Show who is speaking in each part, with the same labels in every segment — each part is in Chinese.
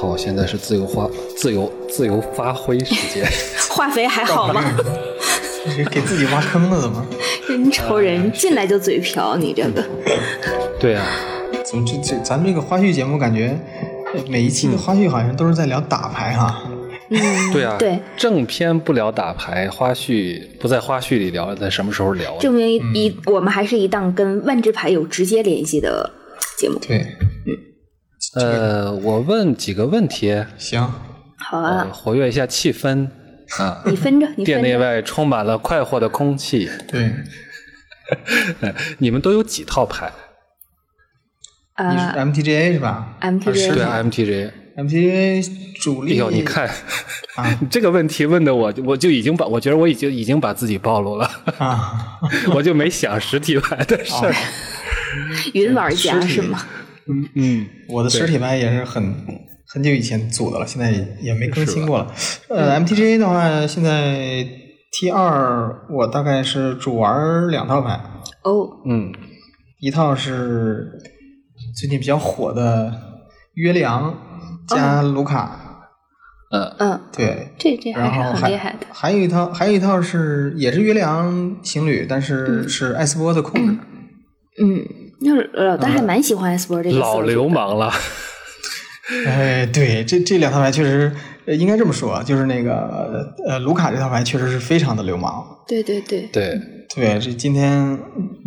Speaker 1: 好，现在是自由发自由自由发挥时间。
Speaker 2: 化肥还好吗？
Speaker 3: 这给自己挖坑了怎么？
Speaker 2: 真愁人，进来就嘴瓢，你这个。
Speaker 1: 对啊，
Speaker 3: 总之这咱们这个花絮节目感觉每一期的花絮好像都是在聊打牌哈。
Speaker 2: 嗯，
Speaker 1: 对啊，
Speaker 2: 对，
Speaker 1: 正片不聊打牌，花絮不在花絮里聊，在什么时候聊？
Speaker 2: 证明一、我们还是一档跟万智牌有直接联系的节目。
Speaker 3: 对，
Speaker 1: 呃，我问几个问题，
Speaker 3: 行，
Speaker 2: 好
Speaker 1: 呃，
Speaker 2: 啊，
Speaker 1: 活跃一下气氛啊。
Speaker 2: 你分着，你
Speaker 1: 店
Speaker 2: 分
Speaker 1: 内
Speaker 2: 着。
Speaker 1: 外充满了快活的空气。
Speaker 3: 对，
Speaker 1: 你们都有几套牌？
Speaker 3: 你是
Speaker 2: 啊
Speaker 3: MTGA 是吧
Speaker 2: MTGA
Speaker 1: 对
Speaker 2: 对
Speaker 1: MTJ。
Speaker 3: ？MTGA 主
Speaker 1: 哎
Speaker 3: 力
Speaker 1: 呦，你看，
Speaker 3: 啊
Speaker 1: 这个问题问的我，我就已经把我觉得我已经已经把自己暴露了，
Speaker 3: 啊，
Speaker 1: 我就没想实体牌的事儿。
Speaker 2: 云玩家
Speaker 3: 实体
Speaker 2: 是吗？
Speaker 1: 嗯，
Speaker 3: 我的实体牌也是很很久以前组的了，现在也也没更新过了。呃，MTGA 的话，现在 T 二我大概是主玩两套牌，
Speaker 2: 哦，
Speaker 1: 嗯，
Speaker 3: 一套是最近比较火的约里昂加卢卡，
Speaker 1: 呃，
Speaker 2: 嗯，
Speaker 3: 对，
Speaker 2: 这这还
Speaker 3: 然
Speaker 2: 是
Speaker 3: 后还
Speaker 2: 很厉害的。
Speaker 3: 还有一套，还有一套是也是约里昂情侣，但是是艾斯波的控制。
Speaker 2: 嗯，那老大还蛮喜欢 S 波这个
Speaker 1: 老
Speaker 2: 色彩
Speaker 1: 流氓了，
Speaker 3: 哎，对，这这两套牌确实呃应该这么说，就是那个呃卢卡这套牌确实是非常的流氓。
Speaker 2: 对对对，
Speaker 1: 对，
Speaker 3: 对，这今天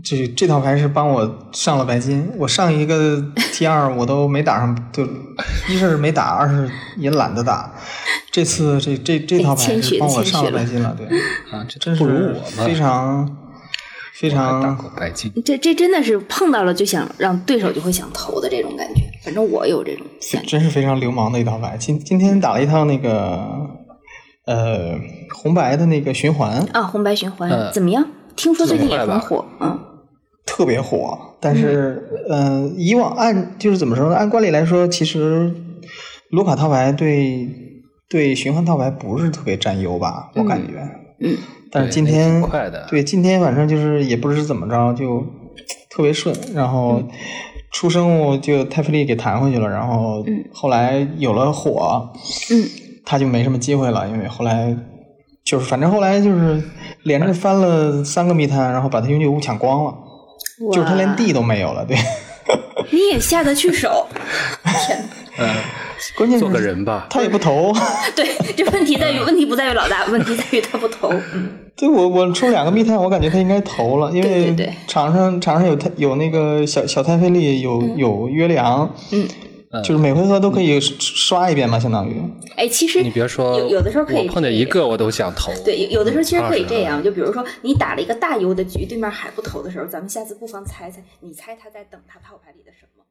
Speaker 3: 这这套牌是帮我上了白金。我上一个 T 二我都没打上，就一是没打，二是也懒得打。这次这这这套牌
Speaker 2: 谦虚
Speaker 3: 是
Speaker 2: 了
Speaker 3: 帮我
Speaker 2: 谦虚
Speaker 3: 上了
Speaker 2: 了
Speaker 3: 白金了，对，
Speaker 1: 啊，这
Speaker 3: 真
Speaker 1: 不如
Speaker 3: 是
Speaker 1: 我嘛，
Speaker 3: 非常非
Speaker 1: 还打
Speaker 3: 常
Speaker 1: 过白金。
Speaker 2: 这这真的是碰到了就想让对手就会想投的这种感觉。反正我有这种
Speaker 3: 非
Speaker 2: 感觉。
Speaker 3: 真是非常流氓的一套牌。今今天打了一套那个呃红白的那个循环，
Speaker 2: 啊，红白循环、
Speaker 1: 呃
Speaker 2: 怎么样？听说最近也
Speaker 1: 怎么
Speaker 2: 很
Speaker 1: 坏吧
Speaker 2: 火，嗯，
Speaker 3: 特别火。但是嗯、呃，以往按就是怎么说呢？按惯例来说，其实卢卡套牌对对循环套牌不是特别占优吧，我感觉。
Speaker 2: 嗯。
Speaker 3: 但是
Speaker 1: 对
Speaker 3: 今
Speaker 1: 那
Speaker 3: 天
Speaker 1: 挺快的
Speaker 3: 对今天反正就是也不知怎么着就特别顺，然后。出生物就泰弗利给弹回去了，然后后来有了火，
Speaker 2: 嗯，
Speaker 3: 他就没什么机会了，因为后来就是反正后来就是连着翻了三个密探，然后把他永久物抢光了，
Speaker 2: 哇
Speaker 3: 就是他连地都没有了。对，
Speaker 2: 你也下得去 手，
Speaker 1: 嗯，
Speaker 3: 关键是
Speaker 1: 做个人吧，
Speaker 3: 他也不投。
Speaker 2: 对， 这问题在
Speaker 1: 嗯
Speaker 2: 于问题不在于老大， 问题在于他不投。嗯
Speaker 3: 对我我出两个密探，我感觉他应该投了，因
Speaker 2: 对
Speaker 3: 为
Speaker 2: 对对
Speaker 3: 场上场上有他有那个小小泰菲利，有有约里昂，
Speaker 2: 嗯，
Speaker 3: 就是每回合都可以刷一遍嘛，相当于。
Speaker 2: 哎，其实
Speaker 1: 你别说，
Speaker 2: 有有的时候可以
Speaker 1: 我碰见一个我啊都想投。
Speaker 2: 对，有有的时候其实可以
Speaker 1: 20
Speaker 2: 这样，就比如说你打了一个大优的局，对面还不投的时候，咱们下次不妨猜猜，你猜他在等他套牌里的什么？